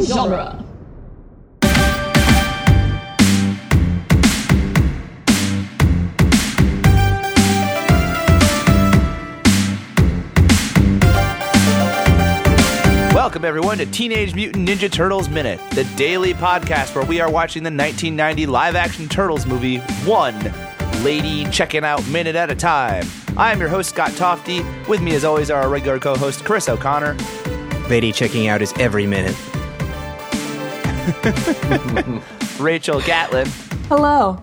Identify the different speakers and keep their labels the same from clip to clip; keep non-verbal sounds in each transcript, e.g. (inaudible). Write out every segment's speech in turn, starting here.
Speaker 1: genre.
Speaker 2: Welcome, everyone, to Teenage Mutant Ninja Turtles Minute, the daily podcast where we are watching the 1990 live action Turtles movie, one lady checking out minute at a time. I am your host, Scott Tofty. With me, as always, are our regular co host, Chris O'Connor.
Speaker 3: Lady checking out is every minute.
Speaker 2: Rachel Gatlin,
Speaker 1: Hello.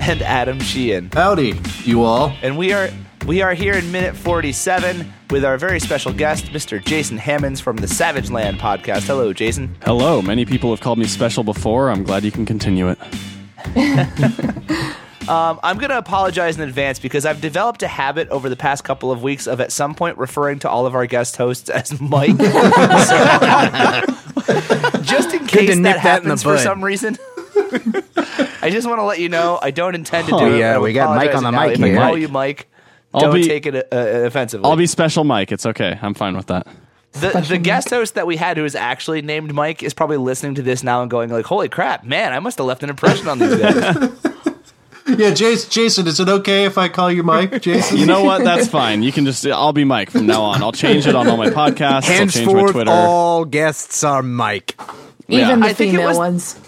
Speaker 2: and Adam Sheehan.
Speaker 4: Howdy, you all.
Speaker 2: And we are we are here in minute 47 with our very special guest, Mr. Jason Hammonds from the Savage Land podcast. Hello, Jason.
Speaker 5: Hello. Many people have called me special before. I'm glad you can continue it.
Speaker 2: I'm going to apologize in advance because I've developed a habit over the past couple of weeks of at some point referring to all of our guest hosts
Speaker 5: (laughs)
Speaker 2: as (laughs) Mike. So- just in case
Speaker 3: nip that in
Speaker 2: that
Speaker 3: the
Speaker 2: happens for
Speaker 3: bud.
Speaker 2: some reason. (laughs) I just want to let you know I don't intend to do
Speaker 5: Oh,
Speaker 2: it.
Speaker 3: yeah,
Speaker 2: I
Speaker 3: we got Mike
Speaker 2: apologize
Speaker 3: on the
Speaker 2: now
Speaker 3: mic
Speaker 2: If I
Speaker 3: here.
Speaker 2: call
Speaker 5: Mike.
Speaker 2: you Mike,
Speaker 5: I'll
Speaker 2: don't
Speaker 5: be-
Speaker 2: take it uh, uh, offensively.
Speaker 5: I'll be special Mike. It's okay. I'm fine with that.
Speaker 2: the, the guest host that we had who is actually named Mike is probably listening to this now and going like, "Holy crap, man! I must have left an impression on these
Speaker 5: (laughs)
Speaker 2: guys."
Speaker 4: Yeah, Jason, Jason, is it okay if I call you Mike? Jason?
Speaker 5: You know what?
Speaker 3: (laughs)
Speaker 5: That's fine. You can just I'll be Mike from now on. I'll change it on all my podcasts. I'll change my
Speaker 3: Henceforth,
Speaker 5: Twitter.
Speaker 3: all guests are Mike.
Speaker 1: Even the
Speaker 2: I think it
Speaker 1: female
Speaker 2: was-
Speaker 1: ones.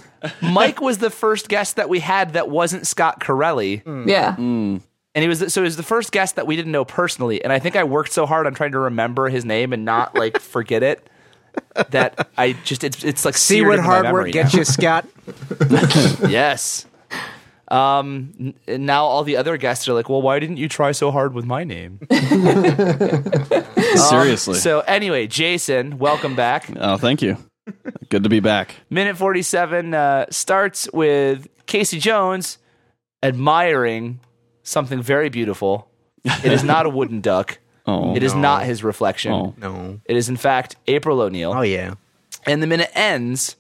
Speaker 2: Mike was the first guest that we had that wasn't Scott Corelli.
Speaker 1: Yeah.
Speaker 2: Hmm. and he was so he was the first guest that we didn't know personally and i think i worked so hard on trying to remember his name and not like (laughs) forget it that i just it's, it's like
Speaker 3: See
Speaker 2: seared
Speaker 3: what
Speaker 2: into my
Speaker 3: hard
Speaker 2: memory
Speaker 3: work gets
Speaker 2: now. (laughs)
Speaker 3: you, Scott.
Speaker 2: yes um n- and now all the other guests are like well why didn't you try so hard with my name
Speaker 5: Seriously.
Speaker 2: so anyway jason welcome back
Speaker 5: oh, thank you. Good to be back.
Speaker 2: minute 47 uh, starts with casey jones admiring something very beautiful it is not a wooden duck
Speaker 5: (laughs) Oh.
Speaker 2: It is not his reflection
Speaker 5: Oh.
Speaker 3: No.
Speaker 2: It is, in fact, April O'Neil.
Speaker 3: Oh yeah.
Speaker 2: And the minute ends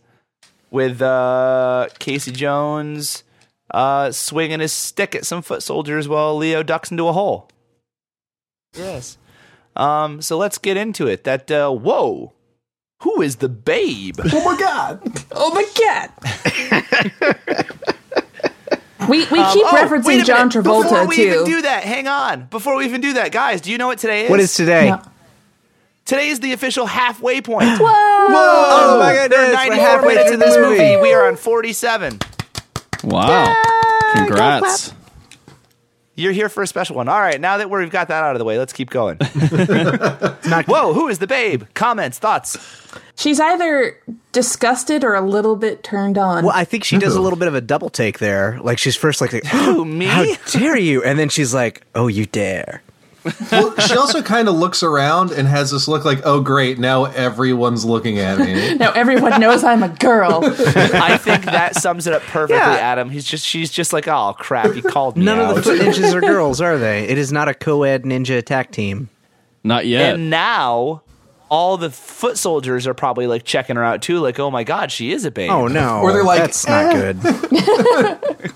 Speaker 2: with uh, Casey Jones uh, swinging his stick at some foot soldiers while Leo ducks into a hole. Yes. Um, so let's get into it. That, uh, whoa, who is the babe?
Speaker 4: oh my god.
Speaker 1: Oh my god. we we keep
Speaker 2: Oh, wait
Speaker 1: referencing
Speaker 2: a
Speaker 1: John
Speaker 2: minute. Before
Speaker 1: Travolta
Speaker 2: we
Speaker 1: too.
Speaker 2: even do that, hang on. Before we even do that, guys, do you know what today is?
Speaker 3: What is today?
Speaker 1: Yeah.
Speaker 2: Today is the official halfway point.
Speaker 1: (gasps)
Speaker 3: Oh my
Speaker 2: They're
Speaker 3: goodness!
Speaker 2: 94
Speaker 3: We're halfway
Speaker 2: minutes
Speaker 3: through
Speaker 2: in this
Speaker 3: this movie.
Speaker 2: We are on 47.
Speaker 5: Wow. Congrats.
Speaker 2: You're here for a special one. All right, now that we've got that out of the way, let's keep
Speaker 3: (laughs)
Speaker 2: going. Whoa, who is the babe? Comments, thoughts.
Speaker 1: She's either disgusted or a little bit turned on.
Speaker 3: Well, I think she does a little bit of a double take there. Like she's first like,
Speaker 2: (gasps) Who, me?
Speaker 3: (gasps) "How dare you?" And then she's like, "Oh, you dare."
Speaker 4: Well, she also kind of looks around and has this look like, oh great, now everyone's looking
Speaker 1: (laughs)
Speaker 4: at me.
Speaker 1: now everyone knows I'm a
Speaker 2: (laughs)
Speaker 1: girl.
Speaker 2: (laughs) I
Speaker 3: (laughs)
Speaker 2: think that sums it up perfectly,
Speaker 3: Yeah.
Speaker 2: Adam. He's just she's just like, oh crap, he called me
Speaker 3: None
Speaker 2: out.
Speaker 3: of the (laughs) foot ninjas are girls, are they? It is not a co-ed ninja attack team.
Speaker 5: Not yet.
Speaker 2: and now all the foot soldiers are probably like checking her out too, like, oh my god, she is a babe.
Speaker 3: Oh no!
Speaker 4: Or they're like,
Speaker 3: "That's not good."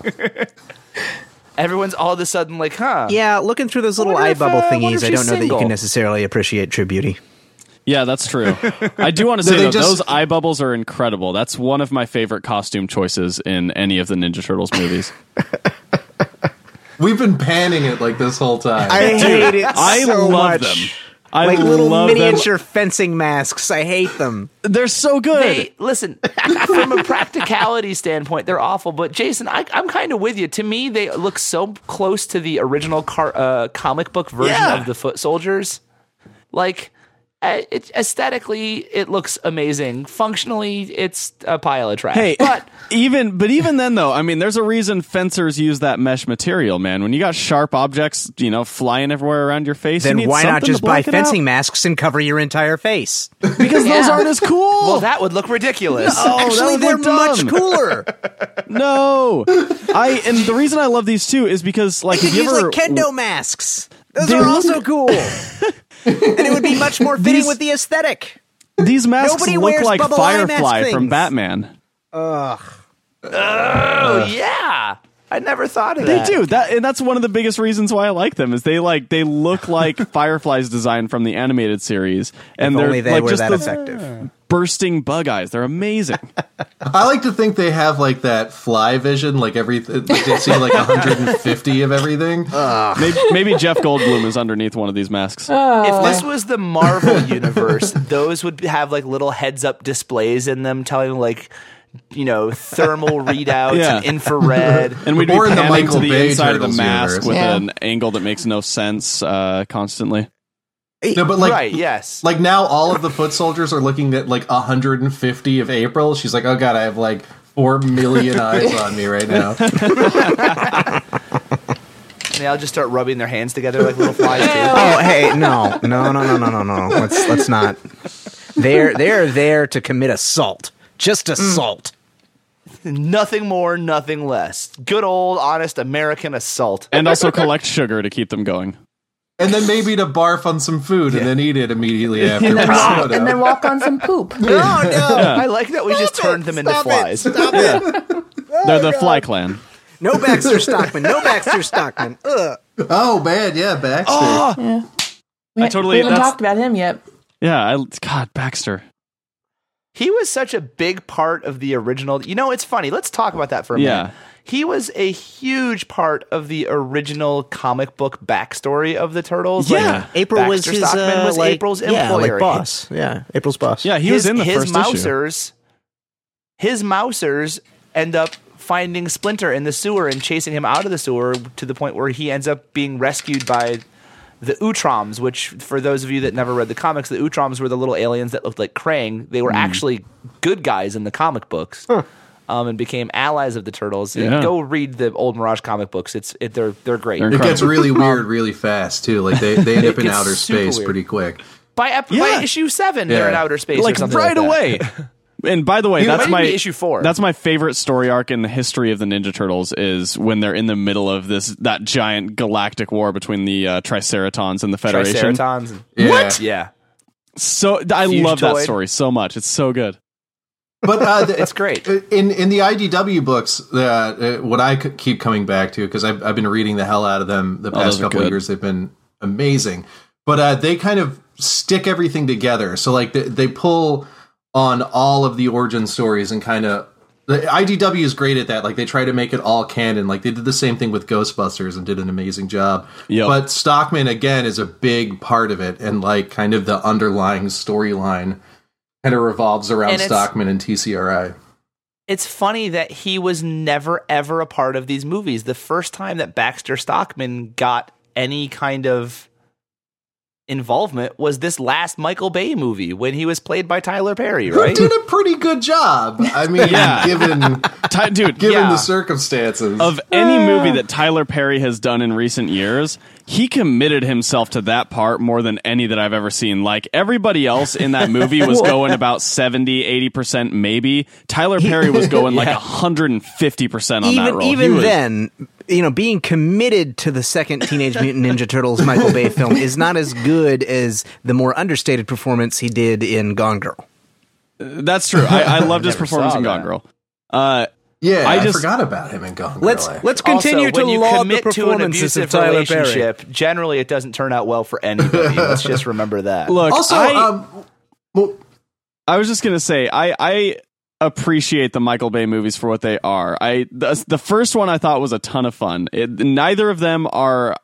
Speaker 2: Everyone's all of a sudden like, huh.
Speaker 3: (laughs) yeah, looking through those little
Speaker 2: wonder
Speaker 3: eye
Speaker 2: if,
Speaker 3: bubble
Speaker 2: uh, wonder
Speaker 3: thingies,
Speaker 2: if
Speaker 3: I
Speaker 2: she's
Speaker 3: don't know that you
Speaker 2: single.
Speaker 3: can necessarily appreciate true beauty.
Speaker 5: Yeah, that's
Speaker 3: (laughs)
Speaker 5: true. I do want to
Speaker 4: they
Speaker 5: say though,
Speaker 4: just-
Speaker 5: those eye bubbles are incredible. That's one of my favorite costume choices in any of the Ninja Turtles
Speaker 3: (laughs)
Speaker 5: movies.
Speaker 4: We've been panning it like this whole time.
Speaker 3: I hate it.
Speaker 5: I
Speaker 3: so
Speaker 5: love
Speaker 3: much.
Speaker 5: them. I
Speaker 3: like little
Speaker 5: love them.
Speaker 3: miniature fencing masks. I hate them.
Speaker 5: They're so good. (laughs)
Speaker 2: They, listen, from a practicality standpoint, they're awful. But Jason, I, I'm kind of with you. To me, they look so close to the original car, uh, comic book version
Speaker 5: Yeah.
Speaker 2: of the Foot Soldiers. Like, uh, it, aesthetically, it looks amazing. Functionally, it's a pile of trash.
Speaker 5: Hey,
Speaker 2: but
Speaker 5: (laughs) even but even then though, I mean, there's a reason fencers use that mesh material, man. When you got sharp objects, you know, flying everywhere around your face, you
Speaker 3: Then
Speaker 5: need
Speaker 3: why
Speaker 5: something
Speaker 3: not
Speaker 5: to
Speaker 3: just buy
Speaker 5: block it out. Oh,
Speaker 3: fencing masks and cover your
Speaker 5: (laughs)
Speaker 3: entire face?
Speaker 5: Because those
Speaker 2: Yeah.
Speaker 5: aren't as cool.
Speaker 2: well,
Speaker 5: (laughs)
Speaker 2: that would look ridiculous.
Speaker 5: No. that
Speaker 3: Actually,
Speaker 5: would
Speaker 3: they're
Speaker 5: look
Speaker 3: much
Speaker 5: dumb.
Speaker 3: cooler.
Speaker 5: no, I and the reason I love these two is because like
Speaker 3: You
Speaker 5: if
Speaker 3: could
Speaker 5: (laughs) you
Speaker 3: use
Speaker 5: ever
Speaker 3: like kendo masks. Those
Speaker 5: They
Speaker 3: are
Speaker 5: look- (laughs)
Speaker 3: also cool, and it would be much more fitting
Speaker 5: These-
Speaker 3: with the aesthetic.
Speaker 5: these masks
Speaker 3: Nobody
Speaker 5: look
Speaker 3: wears
Speaker 5: like
Speaker 3: bubble eye mask
Speaker 5: Firefly from
Speaker 3: things.
Speaker 5: Batman.
Speaker 2: oh, yeah. I never thought of
Speaker 5: They
Speaker 2: that.
Speaker 5: do that, and that's one of the biggest reasons why I like them. Is they like they
Speaker 3: (laughs)
Speaker 5: look like Firefly's design from the animated series, and
Speaker 3: If
Speaker 5: they're
Speaker 3: only they
Speaker 5: like
Speaker 3: were
Speaker 5: just
Speaker 3: that
Speaker 5: the (laughs)
Speaker 3: effective.
Speaker 5: bursting bug eyes. They're amazing.
Speaker 4: I like to think they have like that fly vision, like every like they see like 150 of everything.
Speaker 5: maybe, maybe Jeff Goldblum is underneath one of these masks.
Speaker 2: If this was the Marvel universe, those would have like little heads-up displays in them, telling like you know thermal readouts
Speaker 5: Yeah.
Speaker 2: and infrared.
Speaker 5: and we'd be
Speaker 4: Or in the
Speaker 5: panning
Speaker 4: Michael
Speaker 5: to the
Speaker 4: Bay
Speaker 5: inside of the
Speaker 4: Turtles
Speaker 5: mask
Speaker 4: universe.
Speaker 5: with
Speaker 1: Yeah.
Speaker 5: an angle that makes no sense uh, constantly.
Speaker 4: No, but like
Speaker 2: right? Yes.
Speaker 4: Like now, all of the foot soldiers are looking at like 150 of April. She's like, "Oh God, I have like four million eyes on me right now."
Speaker 2: And they all just start rubbing their hands together like little flies. too.
Speaker 3: Oh, hey, no, no, no, no, no, no, no. Let's let's not. They're they're there to commit assault, just
Speaker 5: Mm.
Speaker 3: assault.
Speaker 2: Nothing more, nothing less. Good old honest American assault.
Speaker 5: And also collect sugar to keep them going.
Speaker 4: And then maybe to barf on some food and then eat it immediately after.
Speaker 1: and then
Speaker 4: Prosciutto.
Speaker 2: Oh,
Speaker 4: (laughs)
Speaker 1: walk, and then walk on some poop.
Speaker 2: No, no. (laughs) I like that we just turned them into flies. Oh
Speaker 5: They're the Fly Clan.
Speaker 3: No Baxter Stockman. No Baxter Stockman. Ugh.
Speaker 4: oh man, yeah, Baxter.
Speaker 1: I
Speaker 5: totally-
Speaker 1: we haven't
Speaker 5: that's-
Speaker 1: talked about him yet.
Speaker 5: Yeah, I, God, Baxter.
Speaker 2: He was such a big part of the original. You know, it's funny. Let's talk about that for a
Speaker 5: Yeah.
Speaker 2: minute. He was a huge part of the original comic book backstory of the Turtles.
Speaker 5: Yeah.
Speaker 3: April
Speaker 2: Baxter
Speaker 3: was his
Speaker 2: Stockman
Speaker 3: uh,
Speaker 2: was
Speaker 3: like,
Speaker 2: April's
Speaker 3: yeah,
Speaker 2: employer.
Speaker 3: like boss. Yeah, April's boss.
Speaker 5: Yeah, he
Speaker 2: his,
Speaker 5: was in the
Speaker 2: his
Speaker 5: first issue.
Speaker 2: mousers, His mousers end up finding Splinter in the sewer and chasing him out of the sewer to the point where he ends up being rescued by the Utroms, which for those of you that never read the comics, the Utroms were the little aliens that looked like Krang. They were
Speaker 5: Hmm.
Speaker 2: actually good guys in the comic books. Um, and became allies of the turtles. And
Speaker 5: Yeah.
Speaker 2: Go read the old Mirage comic books. It's it, they're they're great.
Speaker 5: They're
Speaker 4: It gets
Speaker 5: Incredible.
Speaker 4: really weird really fast too. Like they, they end up in
Speaker 2: gets
Speaker 4: outer
Speaker 2: super
Speaker 4: space
Speaker 2: weird.
Speaker 4: pretty quick.
Speaker 2: By, ep-
Speaker 5: Yeah.
Speaker 2: by issue seven, they're in
Speaker 4: Yeah.
Speaker 2: outer space, or
Speaker 5: like
Speaker 2: something
Speaker 5: right
Speaker 2: like that. (laughs)
Speaker 5: away. And by the way,
Speaker 2: Dude,
Speaker 5: that's
Speaker 2: maybe
Speaker 5: my
Speaker 2: issue four.
Speaker 5: That's my favorite story arc in the history of the Ninja Turtles is when they're in the middle of this that giant galactic war between the uh, Triceratons and the Federation.
Speaker 2: Triceratons. and-
Speaker 4: Yeah.
Speaker 2: Yeah.
Speaker 5: So I
Speaker 2: Huge
Speaker 5: love that
Speaker 2: toy.
Speaker 5: story so much. It's so good.
Speaker 4: But uh, the-
Speaker 2: It's great.
Speaker 4: in in the IDW books, uh, uh, what I c- keep coming back to because I've, I've been reading the hell out of them the
Speaker 5: Oh, those
Speaker 4: past
Speaker 5: are
Speaker 4: couple
Speaker 5: good.
Speaker 4: of years. They've been amazing, but uh, they kind of stick everything together. So like they, they pull on all of the origin stories and kind of the IDW is great at that. Like they try to make it all canon. Like they did the same thing with Ghostbusters and did an amazing job.
Speaker 5: Yep.
Speaker 4: But Stockman again is a big part of it, and like kind of the underlying storyline kind of revolves around
Speaker 2: And it's-
Speaker 4: Stockman and TCRI.
Speaker 2: it's funny that he was never ever a part of these movies. The first time that Baxter Stockman got any kind of involvement was this last Michael Bay movie when he was played by Tyler Perry,
Speaker 4: Who
Speaker 2: right?
Speaker 4: did a pretty good job. I
Speaker 2: (laughs)
Speaker 4: mean,
Speaker 5: Yeah.
Speaker 4: given
Speaker 5: Ty-
Speaker 4: (laughs)
Speaker 5: dude,
Speaker 4: given
Speaker 2: Yeah.
Speaker 4: the circumstances.
Speaker 5: of any movie that Tyler Perry has done in recent years, he committed himself to that part more than any that I've ever seen. Like everybody else in that movie was going about 70, 80% maybe. Tyler Perry was going like 150% on that
Speaker 3: Even
Speaker 5: role.
Speaker 3: even
Speaker 5: He was-
Speaker 3: then, you know, being committed to the second Teenage Mutant Ninja Turtles Michael Bay film is not as good as the more understated performance he did in Gone Girl.
Speaker 5: That's true. I, I loved his performance
Speaker 2: saw
Speaker 5: in Gone
Speaker 2: that.
Speaker 5: Girl. Uh,
Speaker 4: yeah, I,
Speaker 5: I just-
Speaker 4: forgot about him in Gone
Speaker 3: Let's
Speaker 4: Girl.
Speaker 3: let's
Speaker 2: Also,
Speaker 3: continue to
Speaker 2: when you
Speaker 3: laud the
Speaker 2: commit to an
Speaker 3: performances
Speaker 2: abusive
Speaker 3: of Tyler Perry.
Speaker 2: relationship, generally it doesn't turn out well for anybody. Let's just remember that.
Speaker 5: look,
Speaker 4: also,
Speaker 5: I,
Speaker 4: um, well,
Speaker 5: I was just gonna say, I I appreciate the Michael Bay movies for what they are. I the, the first one I thought was a ton of fun. It, neither of them are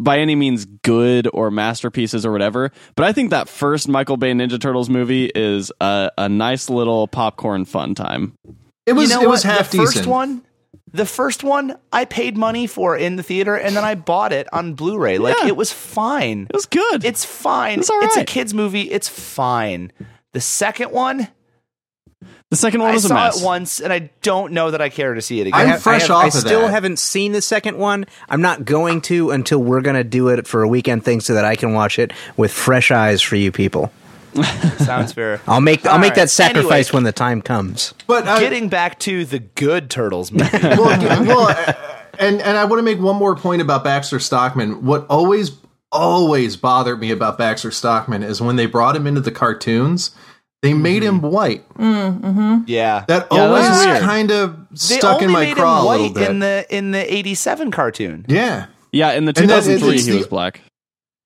Speaker 5: by any means good or masterpieces or whatever, but I think that first Michael Bay Ninja Turtles movie is a, a nice little popcorn fun time.
Speaker 4: it was
Speaker 2: you know
Speaker 4: it was
Speaker 2: what?
Speaker 4: half
Speaker 2: the
Speaker 4: decent.
Speaker 2: First one, the first one I paid money for in the theater, and then I bought it on Blu-ray. Like
Speaker 5: Yeah.
Speaker 2: it was fine.
Speaker 5: It was good.
Speaker 2: It's fine.
Speaker 5: It's all
Speaker 2: a
Speaker 5: right.
Speaker 2: kids movie. It's fine. The second one,
Speaker 5: the second one
Speaker 2: I
Speaker 5: Oh, was a
Speaker 2: saw
Speaker 5: mess.
Speaker 2: it once, and I don't know that I care to see it again.
Speaker 4: I'm
Speaker 3: have-
Speaker 4: fresh
Speaker 3: have-
Speaker 4: off
Speaker 3: I
Speaker 4: of
Speaker 3: still
Speaker 4: that.
Speaker 3: haven't seen the second one. I'm not going to until we're going to do it for a weekend thing so that I can watch it with fresh eyes for you people.
Speaker 2: Sounds fair.
Speaker 3: I'll make I'll
Speaker 2: All
Speaker 3: make
Speaker 2: right.
Speaker 3: that sacrifice
Speaker 2: Anyway,
Speaker 3: when the time comes.
Speaker 4: But uh,
Speaker 2: Getting back to the good Turtles movie.
Speaker 4: (laughs) well,
Speaker 2: (laughs)
Speaker 4: g- well, uh, and and I want to make one more point about Baxter Stockman. What always always bothered me about Baxter Stockman is when they brought him into the cartoons. They made him white.
Speaker 2: Yeah,
Speaker 4: That
Speaker 2: Mm-hmm. yeah,
Speaker 4: always
Speaker 2: that's weird.
Speaker 4: kind of
Speaker 2: They
Speaker 4: stuck
Speaker 2: only
Speaker 4: in my
Speaker 2: made
Speaker 4: craw
Speaker 2: him
Speaker 4: a
Speaker 2: white
Speaker 4: little bit.
Speaker 2: in the in the '87 cartoon.
Speaker 4: yeah.
Speaker 5: Yeah, in the
Speaker 4: And that-
Speaker 5: 2003
Speaker 4: it's
Speaker 5: he
Speaker 4: the-
Speaker 5: was black.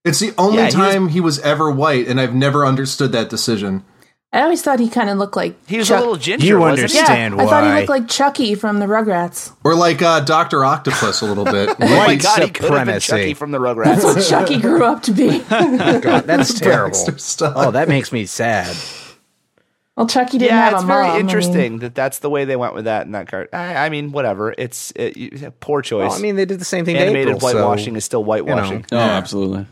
Speaker 4: It's the only
Speaker 2: Yeah, he was-
Speaker 4: time he was ever white, and I've never understood that decision.
Speaker 1: I always thought he kind of looked like
Speaker 2: He was
Speaker 1: Chuck-
Speaker 2: a little ginger.
Speaker 3: You
Speaker 2: wasn't
Speaker 1: Yeah,
Speaker 3: understand. Understand
Speaker 1: I thought he
Speaker 3: why.
Speaker 1: looked like Chucky from the Rugrats.
Speaker 4: Or like uh, Doctor Octopus a little bit.
Speaker 2: He? (laughs) Oh my
Speaker 3: White
Speaker 2: god, he could have been
Speaker 3: supremacy.
Speaker 2: Chucky from
Speaker 1: (laughs)
Speaker 2: the
Speaker 1: That's
Speaker 2: Rugrats.
Speaker 1: what Chucky grew up to
Speaker 2: (laughs)
Speaker 1: be.
Speaker 3: God, (laughs) that's terrible.
Speaker 4: Baxter stuff.
Speaker 3: Oh, that makes me sad.
Speaker 1: Well, Chucky didn't
Speaker 2: yeah,
Speaker 1: have
Speaker 2: it's
Speaker 1: a mom. I
Speaker 2: very
Speaker 1: mean,
Speaker 2: interesting that that's the way they went with that in that card. I, I mean, whatever. It's it, you- poor choice.
Speaker 3: Well, I mean, they did the same thing.
Speaker 2: Animated
Speaker 3: to April, so,
Speaker 2: whitewashing is still
Speaker 3: you know,
Speaker 2: whitewashing.
Speaker 5: Oh,
Speaker 3: yeah.
Speaker 5: absolutely.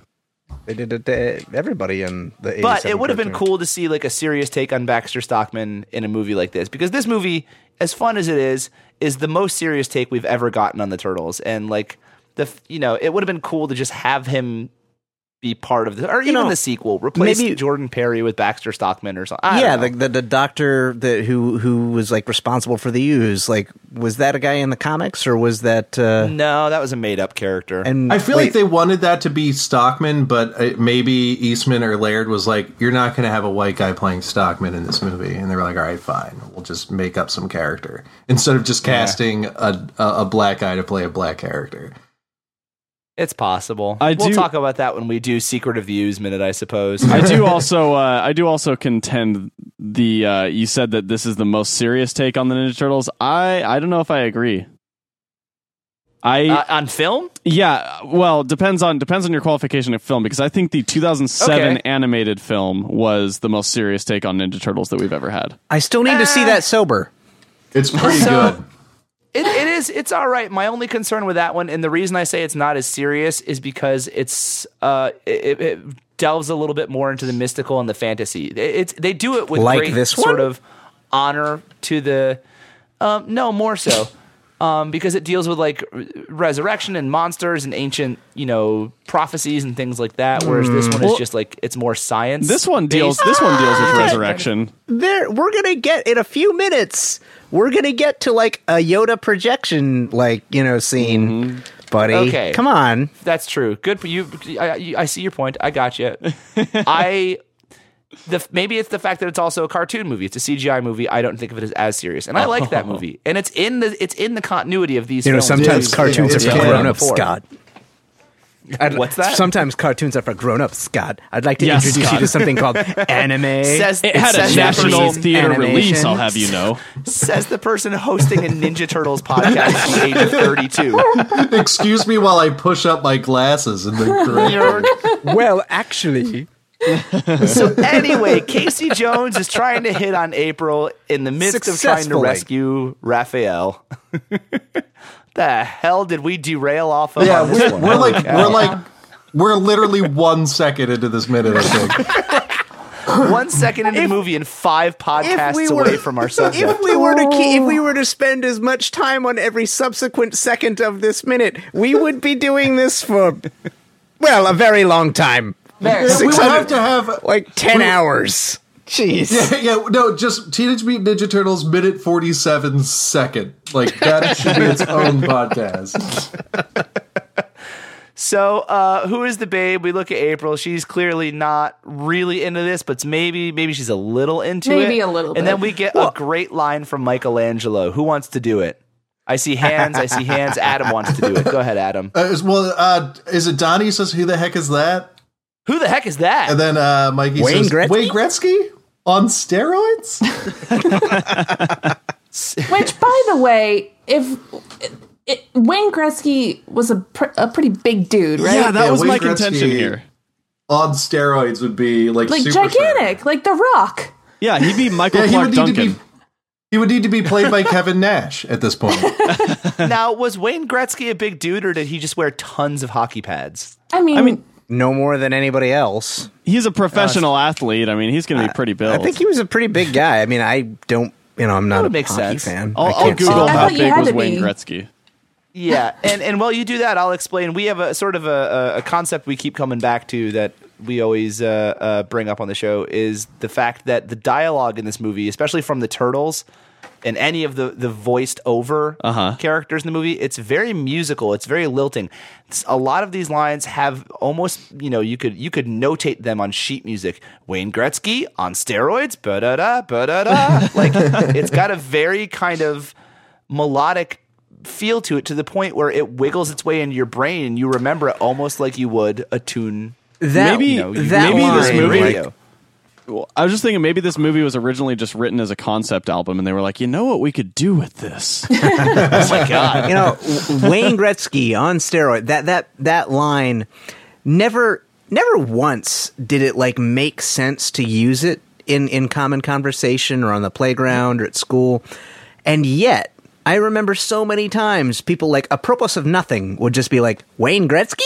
Speaker 3: They did it to everybody in the.
Speaker 2: But
Speaker 3: 87
Speaker 2: it would have been
Speaker 3: cartoon.
Speaker 2: cool to see like a serious take on Baxter Stockman in a movie like this because this movie, as fun as it is, is the most serious take we've ever gotten on the Turtles, and like the f- you know it would have been cool to just have him be part of the or even
Speaker 3: know,
Speaker 2: the sequel replace
Speaker 3: maybe-
Speaker 2: Jordan Perry with Baxter Stockman or something. I
Speaker 3: yeah,
Speaker 2: don't know.
Speaker 3: the, the the doctor that who who was like responsible for the ooze, like was that a guy in the comics or was that? Uh,
Speaker 2: no, that was a made up character.
Speaker 3: and
Speaker 4: I feel
Speaker 3: wait,
Speaker 4: like they wanted that to be Stockman, but uh, maybe Eastman or Laird was like, "You're not going to have a white guy playing Stockman in this movie," and they were like, "All right, fine, we'll just make up some character instead of just casting a, a a black guy to play a black character."
Speaker 2: it's possible.
Speaker 5: I
Speaker 2: we'll
Speaker 5: do-
Speaker 2: talk about that when we do Secret of the Ooze minute, I suppose.
Speaker 5: I do also uh, I do also contend the uh, you said that this is the most serious take on the Ninja Turtles. I I don't know if I agree. I
Speaker 2: Uh, on film,
Speaker 5: yeah, well, depends on depends on your qualification of film because I think the 2007
Speaker 2: Okay.
Speaker 5: animated film was the most serious take on Ninja Turtles that we've ever had.
Speaker 3: I still need to see that sober.
Speaker 2: (laughs)
Speaker 4: It's pretty
Speaker 2: So-
Speaker 4: good.
Speaker 2: It, it is. It's all right. My only concern with that one, and the reason I say it's not as serious, is because it's uh, it, it delves a little bit more into the mystical and the fantasy. It- It's they do it with
Speaker 3: Like
Speaker 2: great
Speaker 3: this
Speaker 2: sort
Speaker 3: one?
Speaker 2: of honor to the. Um, no, more so, um, because it deals with like r- resurrection and monsters and ancient, you know, prophecies and things like that. Whereas this one is just like it's more science.
Speaker 5: This one deals this one deals
Speaker 3: Ah!
Speaker 5: with resurrection.
Speaker 3: There, we're gonna get in a few minutes. We're gonna get to like a Yoda projection, like you know, scene, buddy.
Speaker 2: Mm-hmm. Okay.
Speaker 3: come on.
Speaker 2: That's true. Good for you. I, I- I see your point. I got
Speaker 3: (laughs)
Speaker 2: you. I the maybe it's the fact that it's also a cartoon movie. It's a CGI movie. I don't think of it as, as serious, and I like that movie. And it's in the it's in the continuity of these.
Speaker 3: Oh. You know,
Speaker 2: films,
Speaker 3: sometimes
Speaker 4: It's-
Speaker 2: too.
Speaker 3: cartoons
Speaker 4: it's
Speaker 3: are for
Speaker 4: canon.
Speaker 3: grown ups,
Speaker 2: Before.
Speaker 3: Scott. I'd-
Speaker 2: What's that?
Speaker 3: Sometimes cartoons are for grown ups, Scott. I'd like to
Speaker 5: Yes,
Speaker 3: introduce you
Speaker 5: Scott.
Speaker 3: to something called
Speaker 2: (laughs)
Speaker 3: anime.
Speaker 2: Says-
Speaker 5: It had
Speaker 2: says
Speaker 5: a
Speaker 2: the
Speaker 5: national
Speaker 2: person-
Speaker 5: theater
Speaker 3: animation.
Speaker 5: release, I'll have you know.
Speaker 2: Says the person hosting a Ninja Turtles podcast at the age of thirty-two.
Speaker 4: Excuse me while I push up my
Speaker 2: (laughs)
Speaker 4: glasses and then correct. it.
Speaker 3: well, actually,
Speaker 2: So anyway, Casey Jones is trying to hit on April in the midst of trying to
Speaker 3: Successfully.
Speaker 2: rescue Raphael. (laughs) the hell did we derail off of?
Speaker 4: Yeah,
Speaker 2: on this
Speaker 4: we're,
Speaker 2: one?
Speaker 4: we're
Speaker 2: Holy
Speaker 4: like
Speaker 2: cow. (laughs)
Speaker 4: we're like we're literally one second into this minute. I think
Speaker 2: one second into the movie and five podcasts
Speaker 3: we were-
Speaker 2: away from our subject.
Speaker 3: (laughs) if we were to ke- if we were to spend as much time on every subsequent second of this minute, we would be doing this for well a very long time,
Speaker 1: Very.
Speaker 4: we would
Speaker 3: 600
Speaker 4: have to have (laughs)
Speaker 3: like ten
Speaker 4: We-
Speaker 3: hours. Jeez.
Speaker 4: yeah, no, just Teenage Mutant Ninja Turtles minute 47 second. Like that should be its own podcast.
Speaker 2: So, uh, who is the babe? We look at April. She's clearly not really into this, but maybe maybe she's a little into it.
Speaker 1: Maybe a little bit.
Speaker 2: And then we get a great line from Michelangelo. Who wants to do it? I see hands. I see hands. Adam wants to do it. Go ahead, Adam.
Speaker 4: Uh, is- well, uh, is it Donnie says who the heck is that?
Speaker 2: Who the heck is that?
Speaker 4: And then uh, Mikey
Speaker 3: Wayne
Speaker 4: says
Speaker 3: Gretzky?
Speaker 4: Wayne Gretzky on steroids.
Speaker 1: Which, by the way, if it, Wayne Gretzky was a pr- a pretty big dude, right?
Speaker 5: Yeah, that
Speaker 4: Yeah,
Speaker 5: was
Speaker 4: Wayne
Speaker 5: my
Speaker 4: Gretzky-
Speaker 5: contention here.
Speaker 4: on steroids would be like
Speaker 1: like
Speaker 4: super
Speaker 1: gigantic, like The Rock.
Speaker 5: Yeah, he'd be Michael
Speaker 4: Yeah, he
Speaker 5: Clark
Speaker 4: would need to
Speaker 5: Duncan.
Speaker 4: be. He would need to be played by Kevin Nash at this point.
Speaker 2: Now, was Wayne Gretzky a big dude, or did he just wear tons of hockey pads?
Speaker 1: I mean,
Speaker 5: I mean,
Speaker 3: No more than anybody else.
Speaker 5: he's a professional athlete. I mean, he's going to be pretty built.
Speaker 3: Uh, I think he was a pretty big guy. I mean, I don't. You know, I'm not a
Speaker 2: would make
Speaker 3: hockey
Speaker 2: sense.
Speaker 3: fan.
Speaker 5: I'll,
Speaker 3: I
Speaker 5: I'll
Speaker 3: can't see
Speaker 5: Google
Speaker 1: I
Speaker 5: how
Speaker 1: thought you
Speaker 5: big
Speaker 1: had
Speaker 5: was
Speaker 1: to be.
Speaker 5: Wayne Gretzky.
Speaker 2: Yeah, and and while you do that, I'll explain. We have a sort of a, a, a concept we keep coming back to that we always uh, uh, bring up on the show is the fact that the dialogue in this movie, especially from the turtles, in any of the the voiced over
Speaker 5: Uh-huh.
Speaker 2: characters in the movie. It's very musical. It's very lilting. It's- a lot of these lines have almost you know you could you could notate them on sheet music. Wayne Gretzky on steroids. Ba da da ba da da. Like it's got a very kind of melodic feel to it to the point where it wiggles its way into your brain and you remember it almost like you would a tune.
Speaker 3: That,
Speaker 5: Maybe-
Speaker 2: you
Speaker 3: that
Speaker 5: maybe this
Speaker 3: line,
Speaker 5: movie-
Speaker 3: like,
Speaker 2: radio.
Speaker 5: Well, I was just thinking maybe this movie was originally just written as a concept album, and they were like, you know what we could do
Speaker 1: (laughs)
Speaker 5: with this?
Speaker 2: Oh my god.
Speaker 3: you know, W- Wayne Gretzky on steroid. That that that line never never once did it like make sense to use it in in common conversation or on the playground or at school. And yet, I remember so many times people like apropos of nothing would just be like Wayne Gretzky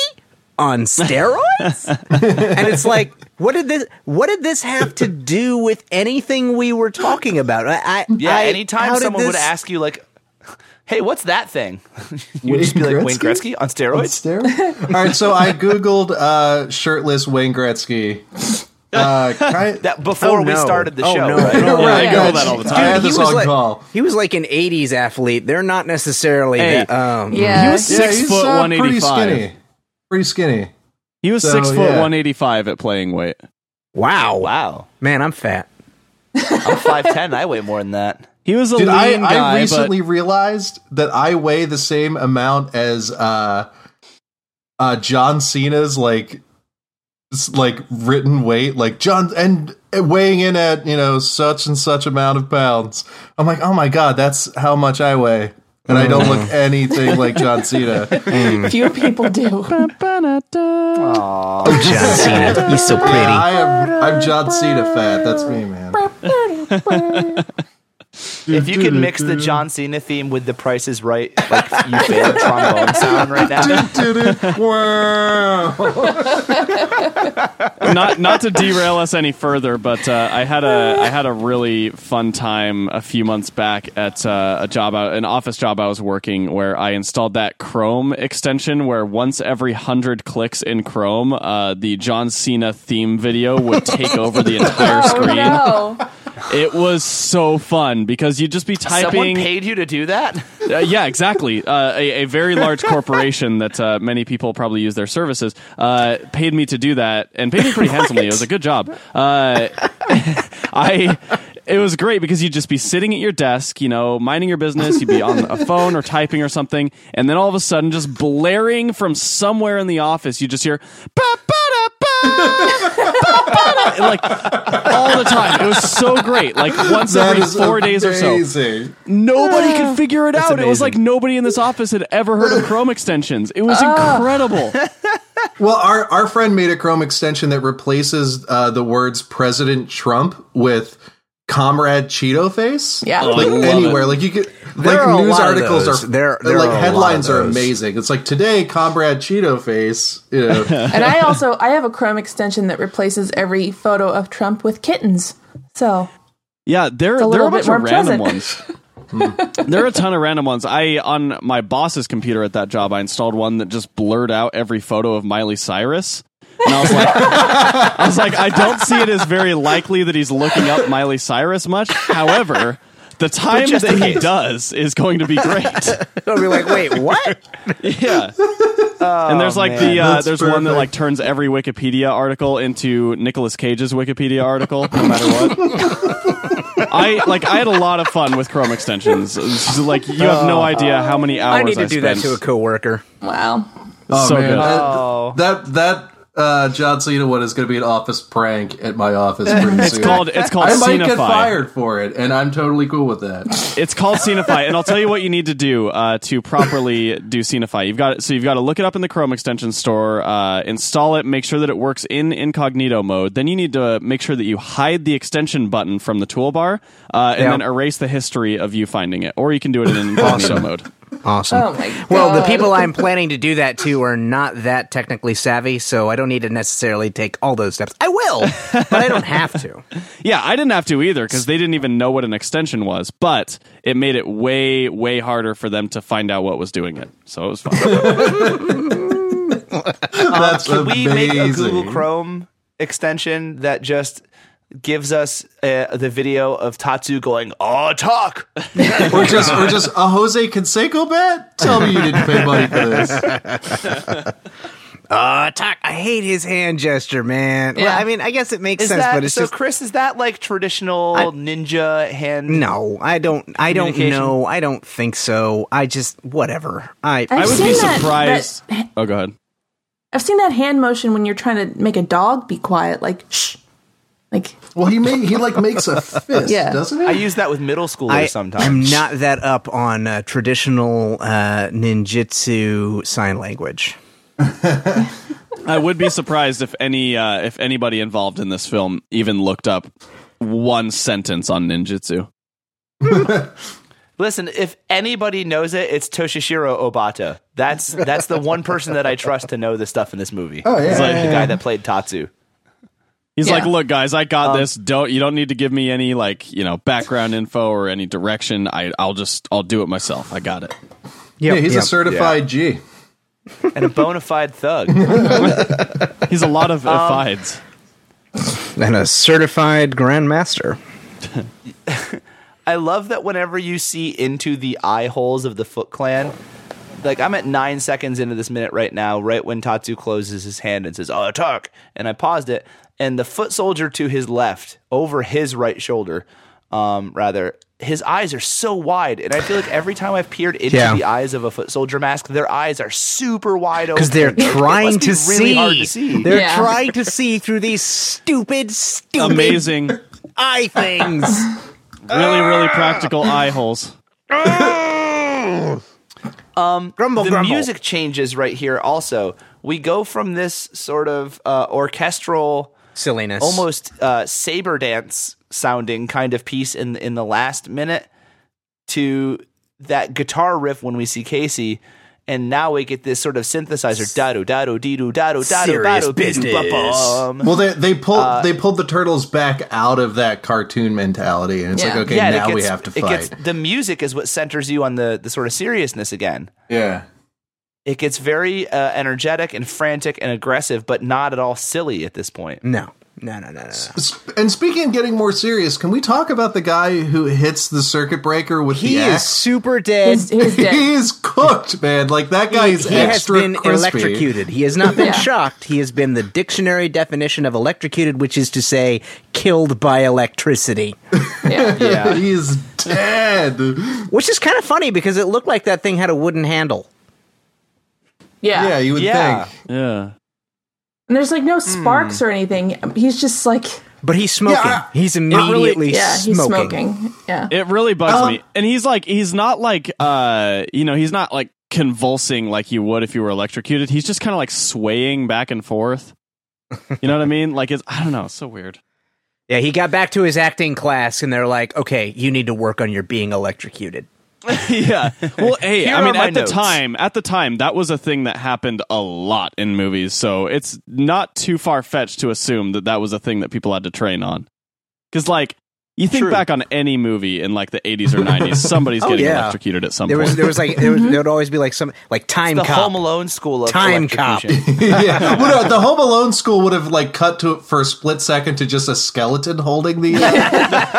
Speaker 3: on steroids, and it's like. What did this? What did this have to do with anything we were talking about? I, I
Speaker 2: Yeah,
Speaker 3: I, how
Speaker 2: anytime
Speaker 3: did
Speaker 2: someone would
Speaker 3: this-
Speaker 2: ask you like Hey, what's that thing? You'd
Speaker 4: Wayne
Speaker 2: just be like Wayne Gretzky
Speaker 4: Gretzky?
Speaker 2: on steroids.
Speaker 4: All right, so I googled uh, shirtless Wayne Gretzky. Uh,
Speaker 5: (laughs)
Speaker 4: kind-
Speaker 2: That before
Speaker 3: Oh,
Speaker 2: we
Speaker 3: no.
Speaker 2: started the
Speaker 3: Oh,
Speaker 2: show,
Speaker 3: no.
Speaker 2: right?
Speaker 3: No,
Speaker 4: Yeah,
Speaker 5: I
Speaker 4: I
Speaker 5: Google
Speaker 4: got
Speaker 5: that
Speaker 4: you.
Speaker 5: all the
Speaker 4: Dude,
Speaker 5: time.
Speaker 4: I had
Speaker 3: he
Speaker 4: this
Speaker 3: was
Speaker 4: on
Speaker 3: like,
Speaker 4: call.
Speaker 3: He was like an '80s athlete. They're not necessarily.
Speaker 5: Hey.
Speaker 3: that, um,
Speaker 1: Yeah.
Speaker 5: He was six
Speaker 4: he's,
Speaker 5: foot
Speaker 4: uh,
Speaker 5: one eighty
Speaker 4: Pretty
Speaker 5: five.
Speaker 4: skinny. Pretty skinny.
Speaker 5: He was
Speaker 4: So,
Speaker 5: six foot
Speaker 4: yeah.
Speaker 5: one eighty five at playing weight.
Speaker 3: Wow.
Speaker 2: Wow.
Speaker 3: Man, I'm fat.
Speaker 2: I'm five ten, I weigh more than that.
Speaker 5: He was a
Speaker 4: Dude, I,
Speaker 5: lean guy,
Speaker 4: I
Speaker 5: but
Speaker 4: recently realized that I weigh the same amount as uh, uh, John Cena's like s- like written weight, like John and weighing in at you know such and such amount of pounds. I'm like, oh my god, that's how much I weigh, and I don't
Speaker 5: Mm.
Speaker 4: look
Speaker 5: (laughs)
Speaker 4: anything like John Cena.
Speaker 1: (laughs) Few people do.
Speaker 2: Aww.
Speaker 3: John Cena. He's so pretty.
Speaker 4: Yeah, I am. I'm John Cena fat. That's me, man.
Speaker 1: Oh,
Speaker 2: If you could mix the John Cena theme with the Price is Right, like you failed trombone sound right now.
Speaker 4: Did it? Wow.
Speaker 5: not not to derail us any further. But uh, I had a I had a really fun time a few months back at uh, a job out an office job I was working where I installed that Chrome extension where once every hundred clicks in Chrome, uh, the John Cena theme video would take over the entire
Speaker 1: (laughs) Oh
Speaker 5: screen.
Speaker 1: no!
Speaker 5: It was so fun because you'd just be
Speaker 2: Someone
Speaker 5: typing.
Speaker 2: paid you to do
Speaker 3: (laughs)
Speaker 2: that?
Speaker 5: Uh, yeah, exactly. Uh, a, a very large corporation that uh, many people probably use their services uh, paid me to do that and paid
Speaker 4: (laughs)
Speaker 5: me pretty handsomely. It was a good job. Uh, (laughs) I. It was great because you'd just be sitting at your desk, you know, minding your business. You'd be on a phone or typing or something, and then all of a sudden, just blaring from somewhere in the office, you just hear "Ba, ba, da, ba, ba, ba, da," like all the time. It was so great. Like once
Speaker 4: That
Speaker 5: every
Speaker 4: is
Speaker 5: four days or so,
Speaker 4: amazing.
Speaker 5: Nobody
Speaker 1: Ah.
Speaker 5: could figure it out. It was like
Speaker 2: amazing.
Speaker 5: nobody in this office had ever
Speaker 1: (laughs)
Speaker 5: heard of Chrome extensions. It was
Speaker 1: Ah.
Speaker 5: incredible.
Speaker 4: Well, our our friend made a Chrome extension that replaces uh, the words President Trump with Comrade Cheeto Face.
Speaker 1: Yeah. Oh, I
Speaker 4: like
Speaker 5: love
Speaker 4: anywhere.
Speaker 5: it.
Speaker 4: Like you could,
Speaker 3: There
Speaker 4: like
Speaker 3: are a
Speaker 4: news
Speaker 3: lot of
Speaker 4: articles
Speaker 3: those.
Speaker 4: are
Speaker 3: There- there
Speaker 4: like
Speaker 3: are a lot of
Speaker 4: headlines are
Speaker 3: those.
Speaker 4: amazing. It's like today Comrade Cheeto Face.
Speaker 3: (laughs)
Speaker 4: You know.
Speaker 1: And I also I have a Chrome extension that replaces every photo of Trump with kittens. So
Speaker 5: Yeah, there
Speaker 1: a
Speaker 5: there are
Speaker 1: little
Speaker 5: a bunch
Speaker 1: bit
Speaker 5: of
Speaker 1: more pleasant.
Speaker 5: random ones. Hmm. there are a ton of random ones. I on my boss's computer at that job, I installed one that just blurred out every photo of Miley Cyrus. And I
Speaker 1: (laughs)
Speaker 5: was like, I was like, I don't see it as very likely that he's looking up Miley Cyrus much. However, the time
Speaker 2: just
Speaker 5: that
Speaker 2: in
Speaker 5: he
Speaker 2: case.
Speaker 5: does is going to be great.
Speaker 3: I'll be
Speaker 2: (laughs)
Speaker 3: like, wait, what?
Speaker 4: (laughs)
Speaker 5: Yeah. and there's like the uh,
Speaker 4: Oh, That's
Speaker 5: there's one that
Speaker 4: perfect.
Speaker 5: like turns every Wikipedia article into Nicolas Cage's Wikipedia article, no matter what.
Speaker 4: (laughs)
Speaker 5: I like I had a lot of fun with Chrome extensions. It's just, like you have
Speaker 4: Oh.
Speaker 5: no idea how many hours
Speaker 3: I need to do that
Speaker 5: spent.
Speaker 3: to a coworker.
Speaker 1: wow.
Speaker 4: oh
Speaker 5: so
Speaker 4: man,
Speaker 5: good.
Speaker 2: Oh.
Speaker 4: that that. that uh, John Cena one is going to be an office prank at my office pretty
Speaker 5: It's
Speaker 4: soon.
Speaker 5: called it's called
Speaker 4: I might
Speaker 5: Cinefy.
Speaker 4: get fired for it, and I'm totally cool with that.
Speaker 5: It's called Cinefy, and I'll tell you what you need to do uh, to properly do Cinefy. You've got so you've got to look it up in the Chrome extension store, uh, install it, make sure that it works in incognito mode. Then you need to make sure that you hide the extension button from the toolbar, uh, and
Speaker 3: Yeah.
Speaker 5: then erase the history of you finding it. Or you can do it
Speaker 3: (laughs)
Speaker 5: in incognito mode.
Speaker 3: Awesome.
Speaker 1: Oh my God.
Speaker 3: Well, the people I'm planning to do that to are not that technically savvy, so I don't need to necessarily take all those steps. I will, but I don't have
Speaker 2: (laughs)
Speaker 3: to.
Speaker 5: Yeah, I didn't have to either because they didn't even know what an extension was, but it made it way way harder for them to find out what was doing it. So it was
Speaker 3: (laughs)
Speaker 5: fun.
Speaker 4: That's
Speaker 2: Can we make a
Speaker 4: amazing.
Speaker 2: Google Chrome extension that just gives us uh, the video of Tatsu going, "Oh, talk."
Speaker 4: or just or just a Jose Canseco bet? Tell me you didn't pay money for this.
Speaker 3: Uh, talk. I hate his hand gesture, man. Well,
Speaker 1: Yeah.
Speaker 3: I mean, I guess it makes
Speaker 2: Is
Speaker 3: sense,
Speaker 2: that
Speaker 3: but it's
Speaker 2: so?
Speaker 3: just
Speaker 2: Chris, is that like traditional ninja hand?
Speaker 3: no. I don't. I don't
Speaker 2: Communication?
Speaker 3: know. I don't think so. I just whatever. I.
Speaker 5: I
Speaker 1: I've
Speaker 5: would
Speaker 1: seen
Speaker 5: be
Speaker 1: that-
Speaker 5: surprised. oh, go ahead.
Speaker 1: I've seen that hand motion when you're trying to make a dog be quiet, like shh, like
Speaker 4: Well, he made he like makes a fist,
Speaker 1: Yeah.
Speaker 4: doesn't he?
Speaker 2: I use that with middle schoolers
Speaker 3: I
Speaker 2: sometimes.
Speaker 3: am not that up on uh, traditional uh, ninjutsu sign language.
Speaker 5: I would be surprised if any uh, if anybody involved in this film even looked up one sentence on ninjutsu.
Speaker 2: Listen, if anybody knows it, it's Toshishiro Obata. That's that's the one person that I trust to know the stuff in this movie.
Speaker 4: Oh, yeah.
Speaker 2: He's like
Speaker 4: Yeah,
Speaker 2: the
Speaker 4: yeah,
Speaker 2: guy
Speaker 4: yeah.
Speaker 2: that played Tatsu.
Speaker 5: He's
Speaker 1: Yeah.
Speaker 5: like, "Look, guys, I got this. Don't you don't need to give me any like you know background info or any direction. I I'll just I'll do it myself. I got it."
Speaker 4: yeah, he's
Speaker 3: yep.
Speaker 4: a certified G.
Speaker 2: And a bona fide thug.
Speaker 5: He's a lot of fides.
Speaker 3: and a certified grandmaster.
Speaker 2: I love that whenever you see into the eye holes of the Foot Clan, like I'm at nine seconds into this minute right now, right when Tatsu closes his hand and says, Oh, talk. And I paused it. And the foot soldier to his left, over his right shoulder, um, rather, his eyes are so wide. And I feel like every time I've peered into
Speaker 3: Yeah.
Speaker 2: the eyes of a foot soldier mask, their eyes are super wide open.
Speaker 3: because
Speaker 2: (laughs)
Speaker 3: they're
Speaker 2: It must
Speaker 3: trying
Speaker 2: be
Speaker 3: to,
Speaker 2: really
Speaker 3: see.
Speaker 2: hard to see.
Speaker 3: They're
Speaker 1: Yeah.
Speaker 3: trying to see through these stupid, stupid
Speaker 5: Amazing,
Speaker 3: eye things. (laughs)
Speaker 5: really, really practical eye holes.
Speaker 3: grumble, Um,
Speaker 2: the
Speaker 3: grumble.
Speaker 2: music changes right here also. We go from this sort of uh, orchestral
Speaker 3: silliness.
Speaker 2: almost uh, saber dance sounding kind of piece in in the last minute to that guitar riff when we see Casey, and now we get this sort of synthesizer da do da do dee do da do da do da
Speaker 3: Serious
Speaker 2: do dee do ba
Speaker 3: business.
Speaker 2: bum.
Speaker 4: Well, they they pulled they pulled the turtles back out of that cartoon mentality, and it's
Speaker 1: Yeah.
Speaker 4: like okay,
Speaker 2: Yeah, and it
Speaker 4: now we
Speaker 2: gets-
Speaker 4: have to
Speaker 2: it
Speaker 4: fight.
Speaker 2: gets- the music is what centers you on the the sort of seriousness again.
Speaker 4: yeah,
Speaker 2: It gets very uh, energetic and frantic and aggressive, but not at all silly at this point.
Speaker 3: no, no, no, no, no. no.
Speaker 4: Sp- and speaking of getting more serious, can we talk about the guy who hits the circuit breaker with
Speaker 3: He
Speaker 4: the
Speaker 3: is
Speaker 4: axe? (laughs)
Speaker 3: super dead.
Speaker 1: his,
Speaker 5: (laughs)
Speaker 1: his dick.
Speaker 4: He is cooked, man. Like that guy is
Speaker 3: he has
Speaker 4: extra
Speaker 3: been
Speaker 4: crispy. (laughs)
Speaker 3: electrocuted. He
Speaker 1: (laughs)
Speaker 3: has not been
Speaker 1: Yeah.
Speaker 3: shocked. He has been the dictionary definition of electrocuted, which is to say, killed by electricity.
Speaker 1: Yeah.
Speaker 2: Yeah.
Speaker 4: He is dead.
Speaker 3: Which is kind of funny because it looked like that thing had a wooden handle.
Speaker 1: yeah,
Speaker 4: Yeah, you would
Speaker 2: Yeah.
Speaker 4: think.
Speaker 5: Yeah,
Speaker 1: And there's like no sparks or anything. He's just like
Speaker 3: But he's smoking.
Speaker 4: Yeah, I-
Speaker 3: he's
Speaker 4: really-
Speaker 3: immediately
Speaker 1: yeah, he's smoking. Yeah,
Speaker 5: it really bugs
Speaker 4: Um,
Speaker 5: me. And he's like, he's not like uh, you know, he's not like convulsing like you would if you were electrocuted. He's just kind of like swaying back and forth. You know what I mean? Like it's I don't know, it's so weird.
Speaker 3: Yeah, he got back to his acting class, and they're like, "Okay, you need to work on your being electrocuted."
Speaker 5: yeah. Well, hey,
Speaker 2: Here
Speaker 5: I
Speaker 2: are
Speaker 5: mean,
Speaker 2: my
Speaker 5: at the
Speaker 2: notes.
Speaker 5: time, at the time, that was a thing that happened a lot in movies, so it's not too far fetched to assume that that was a thing that people had to train on. Because, like, you think
Speaker 2: True.
Speaker 5: back on any movie in like the '80s or '90s, somebody's
Speaker 3: Oh,
Speaker 5: getting
Speaker 3: yeah.
Speaker 5: electrocuted at some
Speaker 3: There
Speaker 5: point.
Speaker 3: was there was like there,
Speaker 1: Mm-hmm.
Speaker 3: was, there would always be like some like time
Speaker 2: The
Speaker 3: cop.
Speaker 2: Home Alone school of
Speaker 3: Time cop.
Speaker 2: electrocution.
Speaker 4: yeah. (laughs) Well, no, the Home Alone school would have like cut to for a split second to just a skeleton holding the,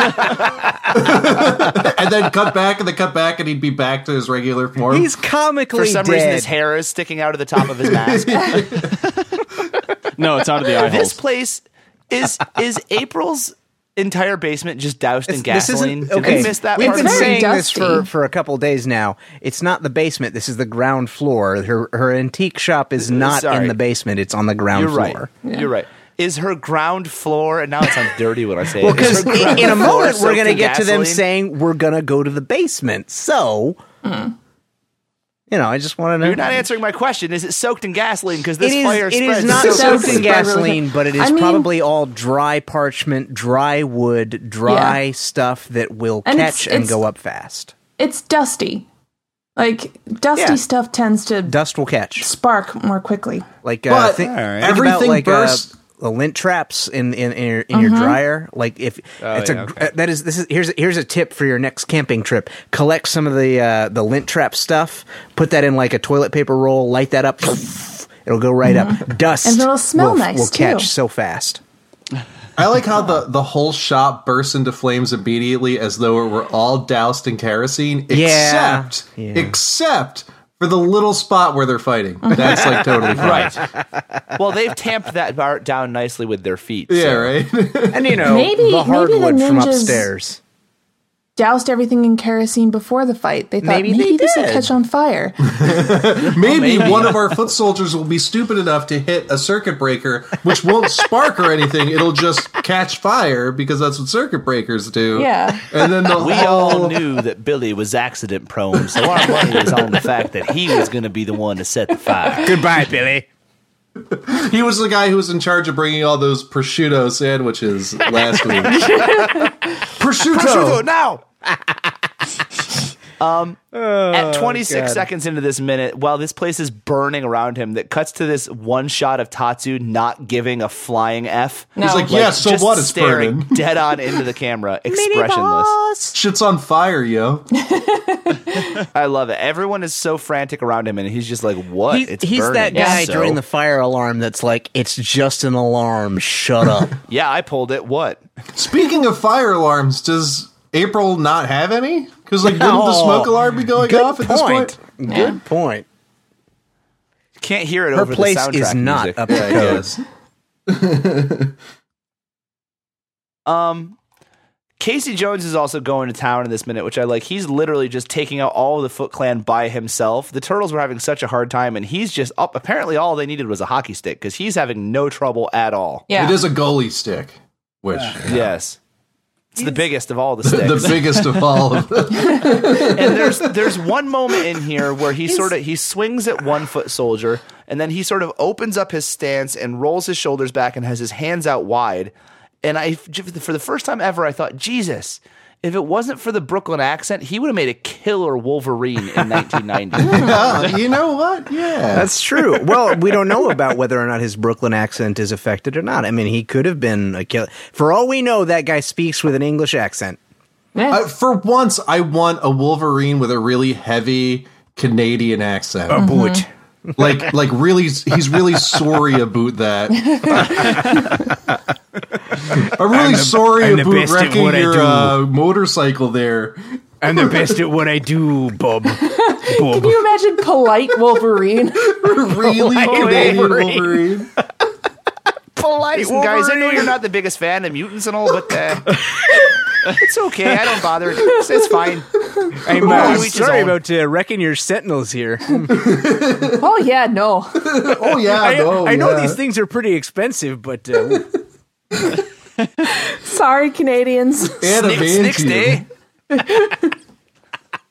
Speaker 4: uh, (laughs) and then cut back and then cut back and he'd be back to his regular form.
Speaker 3: He's comically
Speaker 2: For some
Speaker 3: dead.
Speaker 2: reason, his hair is sticking out of the top of his
Speaker 3: (laughs)
Speaker 2: mask.
Speaker 5: no, it's out of the eye
Speaker 2: this
Speaker 5: holes.
Speaker 2: place is is April's entire basement just doused in
Speaker 3: This
Speaker 2: gasoline.
Speaker 3: isn't
Speaker 2: Did
Speaker 3: okay.
Speaker 2: we miss that
Speaker 3: We've
Speaker 2: part?
Speaker 3: been
Speaker 1: It's very
Speaker 3: saying this for,
Speaker 1: dusty.
Speaker 3: for a couple days now. It's not the basement. This is the ground floor. Her her antique shop is not
Speaker 2: Uh, sorry.
Speaker 3: in the basement. It's on the ground
Speaker 2: You're
Speaker 3: floor.
Speaker 2: right. (laughs) You're right. Is her ground floor? And now it sounds dirty when I say
Speaker 3: Well,
Speaker 2: it. Is
Speaker 3: because
Speaker 2: her ground
Speaker 3: (laughs) in a
Speaker 2: floor
Speaker 3: moment we're
Speaker 2: soaked
Speaker 3: gonna
Speaker 2: in
Speaker 3: get to them
Speaker 2: gasoline?
Speaker 3: saying we're gonna go to the basement. So,
Speaker 1: Hmm.
Speaker 3: you know, I just want to know.
Speaker 2: "You're not answering my question. Is it soaked in gasoline? Because this
Speaker 3: it is,
Speaker 2: fire
Speaker 3: it
Speaker 2: spreads."
Speaker 3: is not
Speaker 1: so
Speaker 3: soaked
Speaker 1: quickly.
Speaker 3: in gasoline, but it is
Speaker 1: I mean-
Speaker 3: probably all dry parchment, dry wood, dry
Speaker 1: Yeah.
Speaker 3: stuff that will
Speaker 1: And it's-
Speaker 3: catch and
Speaker 1: it's-
Speaker 3: go up fast.
Speaker 1: it's dusty. Like dusty
Speaker 3: Yeah.
Speaker 1: stuff tends to
Speaker 3: Dust will catch.
Speaker 1: spark more quickly.
Speaker 3: Like uh,
Speaker 4: But
Speaker 3: thi- think about
Speaker 4: everything
Speaker 3: like uh,
Speaker 4: burst-
Speaker 3: the lint traps in in, in your, in your
Speaker 1: Mm-hmm.
Speaker 3: dryer. Like if it's a
Speaker 2: yeah,
Speaker 3: gr-
Speaker 2: okay.
Speaker 3: that is this is here's here's a tip for your next camping trip. Collect some of the uh, the lint trap stuff. Put that in like a toilet paper roll. Light that up. (laughs) It'll go right up. Dust
Speaker 1: Mm-hmm. And it'll smell
Speaker 3: will,
Speaker 1: nice,
Speaker 3: will
Speaker 1: too.
Speaker 3: catch so fast.
Speaker 4: I like how the, the whole shop bursts into flames immediately as though it were all doused in kerosene,
Speaker 3: Yeah.
Speaker 4: except
Speaker 3: Yeah.
Speaker 4: except for the little spot where they're fighting. That's like totally fine.
Speaker 2: Right. well, they've tamped that bar down nicely with their feet. so-
Speaker 4: Yeah, right.
Speaker 3: And you know,
Speaker 1: Maybe-
Speaker 3: the
Speaker 1: maybe the
Speaker 3: hardwood from
Speaker 1: ninjas-
Speaker 3: upstairs.
Speaker 1: Doused everything in kerosene before the fight. They thought
Speaker 3: Maybe
Speaker 1: maybe,
Speaker 3: they
Speaker 1: this would
Speaker 3: did.
Speaker 1: catch on fire.
Speaker 2: Oh,
Speaker 4: Maybe one of our foot soldiers will be stupid enough to hit a circuit breaker, which won't spark or anything. It'll just catch fire because that's what circuit breakers do.
Speaker 1: Yeah.
Speaker 4: And then the
Speaker 2: We all
Speaker 3: Oh.
Speaker 4: whole
Speaker 2: knew that Billy was accident prone, so our money was on the fact that he was going to be the one to set the fire.
Speaker 3: Goodbye, Billy.
Speaker 4: he was the guy who was in charge of bringing all those prosciutto sandwiches last week. prosciutto.
Speaker 2: now. (laughs) um, at 26 seconds into this minute, while this place is burning around him, that cuts to this one shot of Tatsu not giving a flying f.
Speaker 1: No.
Speaker 4: He's like, yeah, so
Speaker 2: just
Speaker 4: what? It's
Speaker 2: staring
Speaker 4: burning.
Speaker 2: (laughs) dead on into the
Speaker 3: (laughs)
Speaker 2: camera, expressionless.
Speaker 4: Shit's on fire, yo.
Speaker 2: I love it. Everyone is so frantic around him, and he's just like, "What?
Speaker 3: He-
Speaker 2: it's
Speaker 3: he's that
Speaker 2: burning."
Speaker 3: guy
Speaker 2: So-
Speaker 3: during the fire alarm that's like, it's just an alarm. Shut (laughs) up.
Speaker 2: yeah, I pulled it. What?
Speaker 4: Speaking of fire alarms, does April not have any? Because like, wouldn't the
Speaker 3: No.
Speaker 4: smoke alarm be going
Speaker 3: Good
Speaker 4: off at this point?
Speaker 3: point. Good point.
Speaker 2: Can't hear it
Speaker 3: Her
Speaker 2: over
Speaker 3: place
Speaker 2: the soundtrack
Speaker 3: is not
Speaker 2: music.
Speaker 3: up
Speaker 4: Yeah, I
Speaker 3: to code.
Speaker 4: guess.
Speaker 2: Um, Casey Jones is also going to town in this minute, which I like. He's literally just taking out all of the Foot Clan by himself. The Turtles were having such a hard time, and he's just up. Apparently, all they needed was a hockey stick because he's having no trouble at all.
Speaker 1: Yeah.
Speaker 4: It is a goalie stick, which
Speaker 2: Yes. It's the biggest of all the sticks.
Speaker 4: the biggest of all of them.
Speaker 2: and there's there's one moment in here where
Speaker 4: (laughs)
Speaker 2: he sort of he swings at one foot soldier and then he sort of opens up his stance and rolls his shoulders back and has his hands out wide and i for the first time ever i thought jesus if it wasn't for the brooklyn accent he would have made a killer wolverine in
Speaker 4: (laughs)
Speaker 2: 1990
Speaker 4: Yeah, you know what?
Speaker 3: (laughs)
Speaker 4: Yeah.
Speaker 3: That's true. Well, we don't know about whether or not his Brooklyn accent is affected or not. I mean, he could have been a killer. For all we know, that guy speaks with an English accent.
Speaker 1: Yeah.
Speaker 4: Uh, for once, I want a Wolverine with a really heavy Canadian accent.
Speaker 3: Boot.
Speaker 4: Like, like really, he's really sorry about that. I'm really sorry
Speaker 3: I'm the
Speaker 4: about
Speaker 3: best at
Speaker 4: wrecking
Speaker 3: what I
Speaker 4: your
Speaker 3: do.
Speaker 4: uh, motorcycle
Speaker 3: (laughs)
Speaker 4: there.
Speaker 3: I'm the best at what I do, (laughs) Bob. Bob.
Speaker 1: Can you imagine polite Wolverine?
Speaker 4: really Canadian
Speaker 3: Wolverine.
Speaker 4: Wolverine.
Speaker 2: polite guys i know you're not the biggest fan of mutants and all but uh, it's okay i don't bother it's, it's fine
Speaker 3: I'm
Speaker 2: uh,
Speaker 3: uh,
Speaker 2: each his
Speaker 3: sorry
Speaker 2: own.
Speaker 3: about uh, wrecking your sentinels here.
Speaker 1: oh yeah, no.
Speaker 4: Oh
Speaker 3: (laughs)
Speaker 4: yeah,
Speaker 3: I,
Speaker 4: no,
Speaker 3: I know
Speaker 4: yeah.
Speaker 3: these things are pretty expensive, but uh,
Speaker 1: Sorry, Canadians.
Speaker 2: Snick's next
Speaker 4: Adamantium.
Speaker 2: day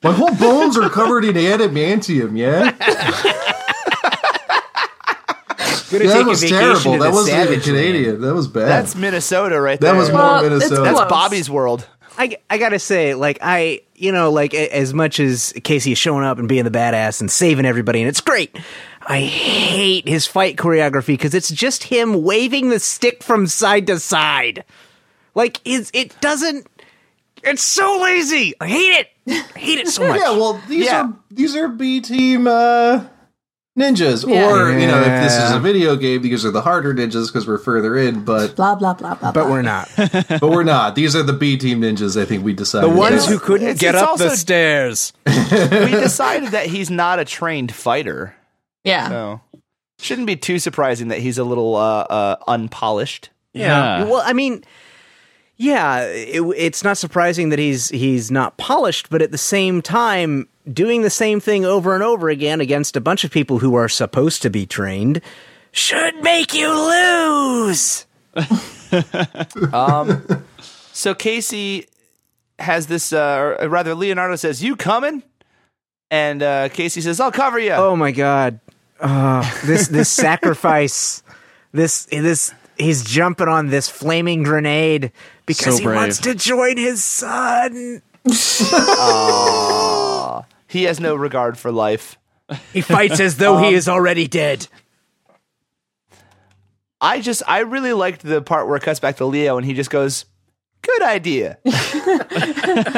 Speaker 4: My whole bones are covered in
Speaker 3: (laughs)
Speaker 4: adamantium. Yeah,
Speaker 3: gonna
Speaker 4: that
Speaker 3: take
Speaker 4: was
Speaker 3: a vacation
Speaker 4: terrible.
Speaker 3: to
Speaker 4: That
Speaker 3: the
Speaker 4: wasn't even
Speaker 3: savage land.
Speaker 4: Canadian. That was bad.
Speaker 2: that's minnesota right there
Speaker 4: that was more
Speaker 1: Well, it's
Speaker 4: Minnesota.
Speaker 1: close.
Speaker 2: that's bobby's world
Speaker 3: I, I gotta say, like I, you know, like a- as much as Casey is showing up and being the badass and saving everybody, and it's great. I hate his fight choreography because it's just him waving the stick from side to side. Like it's, it doesn't. It's so lazy. I hate it. I hate
Speaker 2: (laughs)
Speaker 3: it so much.
Speaker 4: Yeah, well, these
Speaker 2: Yeah.
Speaker 4: are these are B team uh, ninjas,
Speaker 1: Yeah.
Speaker 4: or you know, if this is
Speaker 3: Yeah.
Speaker 4: a video game, these are the harder ninjas because we're further in.
Speaker 1: (laughs)
Speaker 4: But
Speaker 1: Blah blah blah blah.
Speaker 3: but
Speaker 1: blah.
Speaker 2: (laughs)
Speaker 3: we're not
Speaker 4: but we're not. These are the B team ninjas. I think we decided
Speaker 3: the ones who
Speaker 4: that.
Speaker 3: couldn't
Speaker 2: It's-
Speaker 3: get
Speaker 2: it's
Speaker 3: up
Speaker 2: also-
Speaker 3: the stairs.
Speaker 2: we decided that he's not a trained fighter.
Speaker 1: yeah.
Speaker 2: So shouldn't be too surprising that he's a little uh, uh, unpolished.
Speaker 5: Yeah.
Speaker 3: Well, I mean, yeah, it, it's not surprising that he's he's not polished, but at the same time, doing the same thing over and over again against a bunch of people who are supposed to be trained should make you lose.
Speaker 2: So Casey has this, uh, or rather, Leonardo says, "You coming?" And uh, Casey says, "I'll cover you."
Speaker 3: Oh my god, uh, this this (laughs) sacrifice, this this he's jumping on this flaming grenade because
Speaker 5: So
Speaker 3: he
Speaker 5: brave.
Speaker 3: wants to join his son.
Speaker 2: He has no regard for life.
Speaker 3: He fights as
Speaker 5: (laughs)
Speaker 3: though
Speaker 5: Um,
Speaker 3: he is already dead.
Speaker 2: I just, I really liked the part where it cuts back to Leo and he just goes, "Good idea."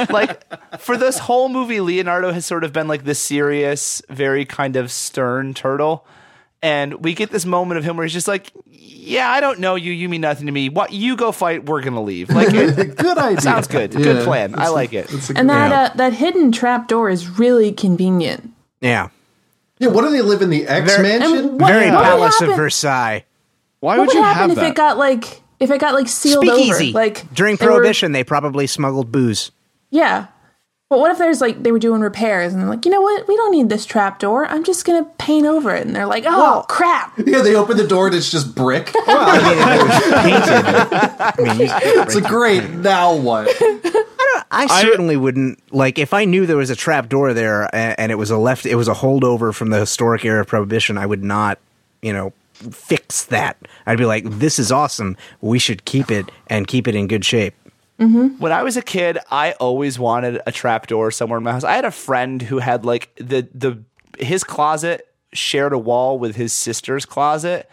Speaker 2: like for this whole movie, Leonardo has sort of been like this serious, very kind of stern turtle. And we get this moment of him where he's just like, "Yeah, I don't know you. You mean nothing to me. What you go fight, we're gonna
Speaker 5: (laughs)
Speaker 2: leave." Like, it
Speaker 4: good idea.
Speaker 2: sounds good. Good plan. I like it.
Speaker 4: It's a
Speaker 1: And that
Speaker 3: Yeah.
Speaker 1: uh, that hidden trap door is really convenient.
Speaker 3: Yeah.
Speaker 4: Yeah, what do they live in the X
Speaker 3: Very-
Speaker 4: mansion?
Speaker 1: what,
Speaker 3: Very
Speaker 1: what would
Speaker 3: Palace of
Speaker 1: happen-
Speaker 3: Versailles.
Speaker 5: Why
Speaker 1: What
Speaker 5: would
Speaker 1: would
Speaker 5: you have
Speaker 1: happen if
Speaker 5: that?
Speaker 1: it got like if it got like sealed
Speaker 3: Speakeasy.
Speaker 1: over? Like
Speaker 3: During
Speaker 1: they were-
Speaker 3: Prohibition, they probably
Speaker 1: (laughs)
Speaker 3: smuggled booze.
Speaker 1: yeah. But what if there's like they were doing repairs and they're like, you know what, we don't need this trap door. I'm just gonna paint over it. And they're like, oh
Speaker 5: (laughs)
Speaker 1: crap.
Speaker 4: Yeah, they open the door and it's
Speaker 1: (laughs)
Speaker 4: just brick.
Speaker 3: I mean, you-
Speaker 4: It's a great. Now
Speaker 1: (laughs)
Speaker 4: what?
Speaker 3: I certainly wouldn't like if I knew there was a trap door there and, and it was a left it was a holdover from the historic era of prohibition I would not you know fix that I'd be like this is awesome we should keep it and keep it in good shape
Speaker 2: when I was a kid, I always wanted a trapdoor somewhere in my house. I had a friend who had like the the his closet shared a wall with his sister's closet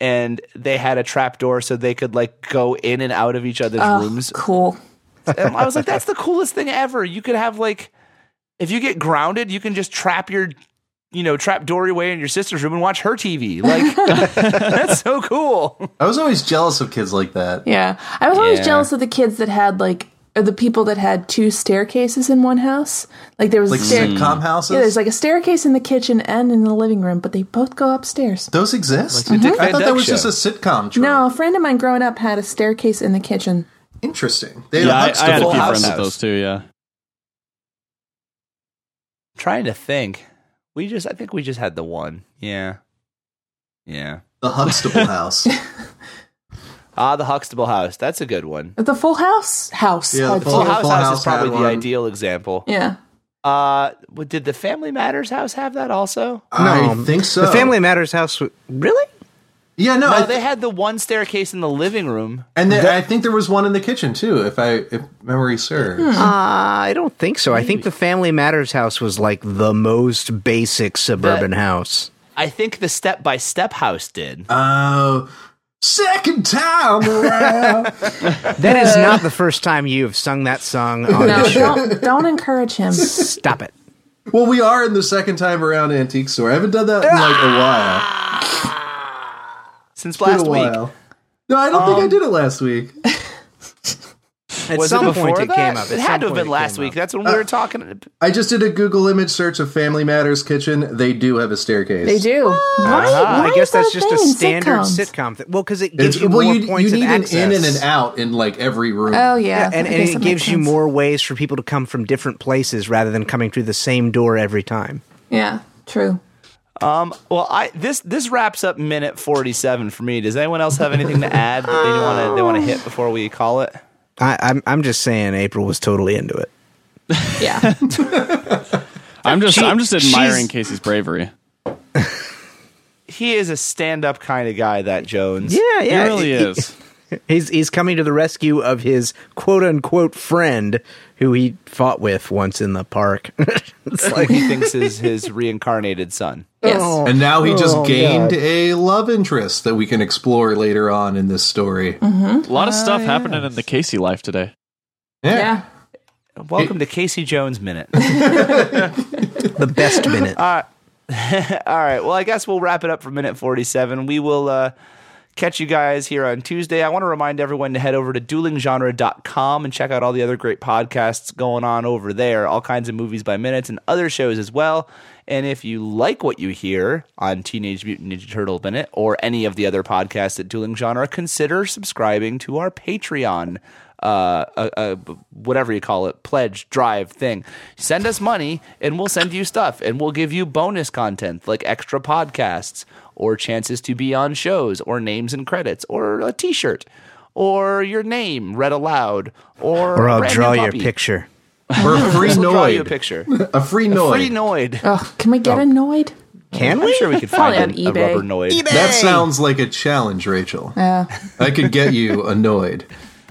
Speaker 2: and they had a trapdoor so they could like go in and out of each other's rooms.
Speaker 1: Cool.
Speaker 2: And I was like that's the coolest thing ever. You could have like if you get grounded, you can just trap your you know, trap dory away in your sister's room and watch her TV. Like (laughs) that's so cool.
Speaker 4: I was always jealous of kids like that.
Speaker 1: Yeah. I was always
Speaker 2: Yeah.
Speaker 1: jealous of the kids that had like or the people that had two staircases in one house. Like there was
Speaker 4: Like
Speaker 1: a stair-
Speaker 4: Mm. sitcom houses.
Speaker 1: yeah, there's like a staircase in the kitchen and in the living room, but they both go upstairs.
Speaker 4: Those exist?
Speaker 2: Like the Dick
Speaker 4: I
Speaker 2: Van
Speaker 4: thought that
Speaker 2: Dyke
Speaker 4: was
Speaker 2: Show.
Speaker 4: just a sitcom trope.
Speaker 1: No, a friend of mine growing up had a staircase in the kitchen.
Speaker 4: Interesting. They had
Speaker 5: Yeah, I,
Speaker 4: a
Speaker 5: I had a
Speaker 4: Huxtable
Speaker 5: few
Speaker 4: house.
Speaker 5: friends with those too. Yeah,
Speaker 2: trying to think. We just I think we just had the one. Yeah. Yeah.
Speaker 4: The Huxtable house.
Speaker 2: Ah, the Huxtable House. That's a good one.
Speaker 1: The Full House house.
Speaker 4: Yeah, the
Speaker 1: I'd
Speaker 4: Full
Speaker 1: say.
Speaker 2: Full
Speaker 4: Full
Speaker 2: House, House
Speaker 4: House
Speaker 2: is probably
Speaker 4: had
Speaker 2: the
Speaker 4: one.
Speaker 2: ideal example.
Speaker 1: Yeah.
Speaker 2: Uh, w- did the Family Matters house have that also?
Speaker 4: I think so.
Speaker 3: Um, the Family Matters house w- really
Speaker 4: Yeah, no. I
Speaker 2: No,
Speaker 4: th-
Speaker 2: they had the one staircase in the living room.
Speaker 4: and then I think there was one in the kitchen too, if I if memory serves.
Speaker 3: Hmm. Uh, I don't think so I think the Family Matters house was like the most basic suburban house
Speaker 2: I think the step by step house did.
Speaker 4: Oh, second time around.
Speaker 3: that is not the first time you have sung that song on
Speaker 1: Uh. No,
Speaker 3: this show
Speaker 1: don't, don't encourage
Speaker 3: (laughs)
Speaker 1: him.
Speaker 3: stop it
Speaker 4: well, we are in the second time around antique store. I haven't done that in like a while.
Speaker 3: Uh,
Speaker 2: Since
Speaker 4: Been a
Speaker 2: Ah! last week.
Speaker 4: while. No, I don't think I did it last week.
Speaker 3: at
Speaker 2: Was
Speaker 3: some
Speaker 2: it before
Speaker 3: point it
Speaker 2: that?
Speaker 3: came up At
Speaker 2: It had
Speaker 3: some
Speaker 2: to have
Speaker 3: point
Speaker 2: been
Speaker 3: it
Speaker 2: last
Speaker 3: came
Speaker 2: week.
Speaker 3: up. Uh,
Speaker 2: That's when we were talking.
Speaker 4: I just did a Google image search of Family Matters kitchen. They do have a staircase.
Speaker 1: They do. Why,
Speaker 3: Ah,
Speaker 1: why
Speaker 3: I guess
Speaker 1: is that a
Speaker 3: that's just
Speaker 1: thing
Speaker 3: a
Speaker 1: in
Speaker 3: standard
Speaker 1: sitcoms?
Speaker 3: sitcom. thing. Well, because it gives
Speaker 4: It's,
Speaker 3: you
Speaker 4: well,
Speaker 3: more
Speaker 4: you, you
Speaker 3: points
Speaker 4: need
Speaker 3: of
Speaker 4: an
Speaker 3: access.
Speaker 4: in and an out in like every room.
Speaker 1: Oh yeah,
Speaker 3: and,
Speaker 1: I
Speaker 3: and
Speaker 1: guess
Speaker 3: it
Speaker 1: that
Speaker 3: gives
Speaker 1: makes
Speaker 3: you
Speaker 1: sense.
Speaker 3: more ways for people to come from different places rather than coming through the same door every time.
Speaker 1: Yeah, true.
Speaker 2: Well, I this this wraps up minute forty seven for me. Does anyone else have anything to add that they want to they want to hit before we call it?
Speaker 3: I, I'm I'm just saying, April was totally into it.
Speaker 1: Yeah,
Speaker 3: (laughs)
Speaker 5: I'm just
Speaker 3: She-
Speaker 5: I'm just
Speaker 3: she's-
Speaker 5: admiring Casey's bravery.
Speaker 2: He is a stand up kind of guy. That Jones.
Speaker 3: Yeah,
Speaker 5: He
Speaker 3: yeah, (laughs)
Speaker 5: really
Speaker 3: he-
Speaker 5: is.
Speaker 3: He's he's coming to the rescue of his quote unquote friend who he fought with once in the park. (laughs) it's like
Speaker 2: He thinks is his reincarnated son.
Speaker 1: yes.
Speaker 3: oh,
Speaker 4: And now he just
Speaker 3: Oh,
Speaker 4: gained
Speaker 3: God.
Speaker 4: a love interest that we can explore later on in this story.
Speaker 5: A lot of
Speaker 3: Oh,
Speaker 5: stuff happening in the Casey life today.
Speaker 1: yeah.
Speaker 2: Welcome to Casey Jones Minute.
Speaker 3: the best minute.
Speaker 2: All right. Well, I guess we'll wrap it up for minute 47. We will uh, catch you guys here on Tuesday. I want to remind everyone to head over to duelinggenre.com and check out all the other great podcasts going on over there, all kinds of movies by minutes and other shows as well. And if you like what you hear on Teenage Mutant Ninja Turtle Minute or any of the other podcasts at Dueling Genre, consider subscribing to our Patreon uh, a, a whatever you call it, pledge, drive thing. Send us money, and we'll send you stuff, and we'll give you bonus content like extra podcasts, or chances to be on shows, or names and credits, or a T-shirt, or your name read aloud, or
Speaker 3: Or
Speaker 2: a
Speaker 3: I'll
Speaker 2: brand
Speaker 3: draw
Speaker 2: new
Speaker 3: your
Speaker 2: puppy.
Speaker 3: picture.
Speaker 4: Or a free
Speaker 2: We'll draw you a
Speaker 4: noid.
Speaker 2: picture.
Speaker 4: A free
Speaker 2: Free
Speaker 4: noid.
Speaker 2: Noid.
Speaker 1: Ugh, can we
Speaker 3: Oh.
Speaker 1: get annoyed?
Speaker 3: Can
Speaker 2: I'm
Speaker 3: we?
Speaker 2: sure we could
Speaker 1: Probably
Speaker 2: find
Speaker 1: on
Speaker 2: an, a
Speaker 1: eBay.
Speaker 2: rubber Noid.
Speaker 4: That sounds like a challenge, Rachel.
Speaker 1: Yeah.
Speaker 4: I could get you annoyed.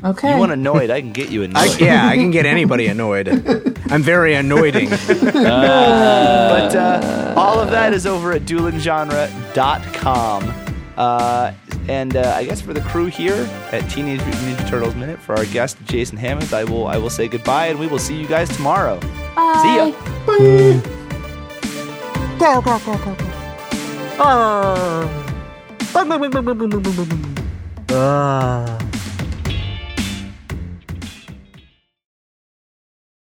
Speaker 1: Okay.
Speaker 2: You want a Noid? I can get you a Noid.
Speaker 3: I, yeah, I can get anybody annoyed. I'm very
Speaker 2: (laughs)
Speaker 3: annoying.
Speaker 2: But uh, all of that is over at duelinggenre.com. Uh, and uh, I guess for the crew here at Teenage Mutant Ninja Turtles Minute, for our guest Jason Hammond, I will I will say goodbye, and we will see you guys tomorrow. See ya.
Speaker 1: Bye. Go go go go go.
Speaker 3: Ah. Bum, bum, bum, bum, bum, bum, bum, bum, bum. Ah.